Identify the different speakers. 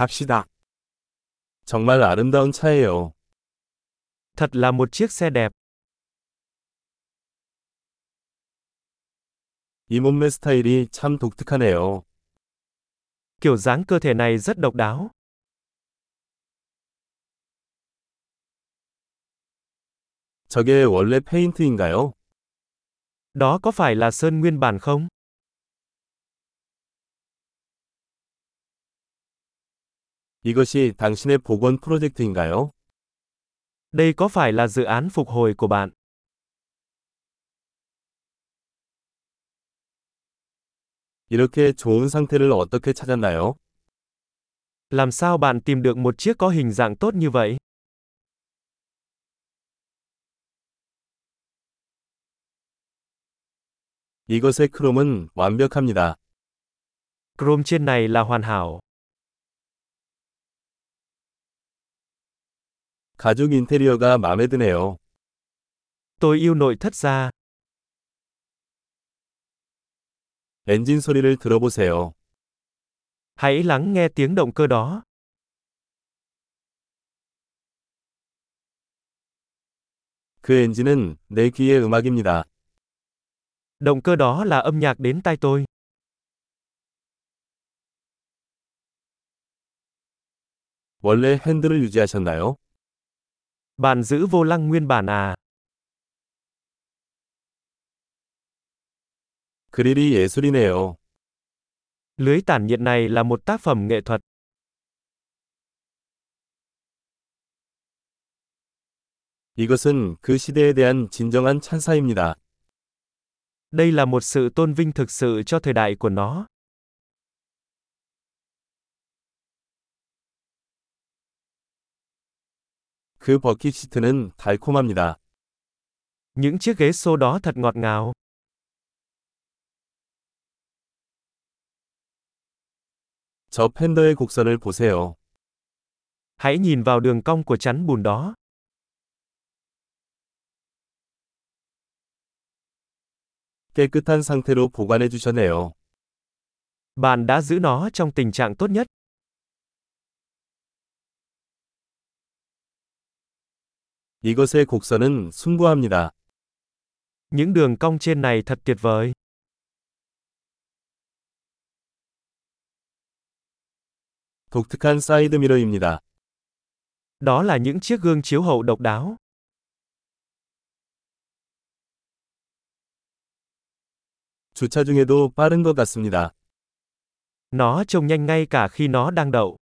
Speaker 1: 갑시다.
Speaker 2: 정말 아름다운 차예요.
Speaker 1: Thật là một chiếc xe đẹp.
Speaker 2: 이 몸매 스타일이 참 독특하네요.
Speaker 1: Kiểu dáng cơ thể này rất độc đáo.
Speaker 2: 저게 원래 페인트인가요?
Speaker 1: Đó có phải là sơn nguyên bản không?
Speaker 2: 이것이 당신의 복원 프로젝트인가요?
Speaker 1: Đây có phải là dự án phục hồi của bạn?
Speaker 2: 이렇게 좋은 상태를 어떻게 찾았나요?
Speaker 1: Làm sao bạn tìm được một chiếc có hình dạng tốt như vậy?
Speaker 2: 이것의 크롬은 완벽합니다.
Speaker 1: Chrome trên này là hoàn hảo.
Speaker 2: 가죽 인테리어가 마음에 드네요.
Speaker 1: Tôi yêu nội thất da.
Speaker 2: 엔진 소리를 들어보세요.
Speaker 1: Hãy lắng nghe tiếng động cơ đó.
Speaker 2: 그 엔진은 내 귀의 음악입니다.
Speaker 1: Động cơ đó là âm nhạc đến tai tôi.
Speaker 2: 원래 핸들을 유지하셨나요?
Speaker 1: Bạn giữ vô lăng nguyên bản à?
Speaker 2: 그릴이 예술이네요.
Speaker 1: Lưới tản nhiệt này là một tác phẩm nghệ thuật.
Speaker 2: 이것은 그 시대에 대한 진정한 찬사입니다.
Speaker 1: Đây là một sự tôn vinh thực sự cho thời đại của nó.
Speaker 2: 그 버킷 시트는 달콤합니다.
Speaker 1: Những chiếc ghế xô đó thật ngọt ngào.
Speaker 2: 저 팬더의 곡선을 보세요.
Speaker 1: Hãy nhìn vào đường cong của chắn bùn đó.
Speaker 2: 깨끗한 상태로 보관해 주셨네요.
Speaker 1: Bạn đã giữ nó trong tình trạng tốt nhất.
Speaker 2: 이것의 곡선은 숭고합니다.
Speaker 1: Những đường cong trên này thật tuyệt vời.
Speaker 2: 독특한 사이드 미러입니다.
Speaker 1: Đó là những chiếc gương chiếu hậu độc đáo.
Speaker 2: 주차 중에도 빠른 것 같습니다.
Speaker 1: Nó trông nhanh ngay cả khi nó đang đậu.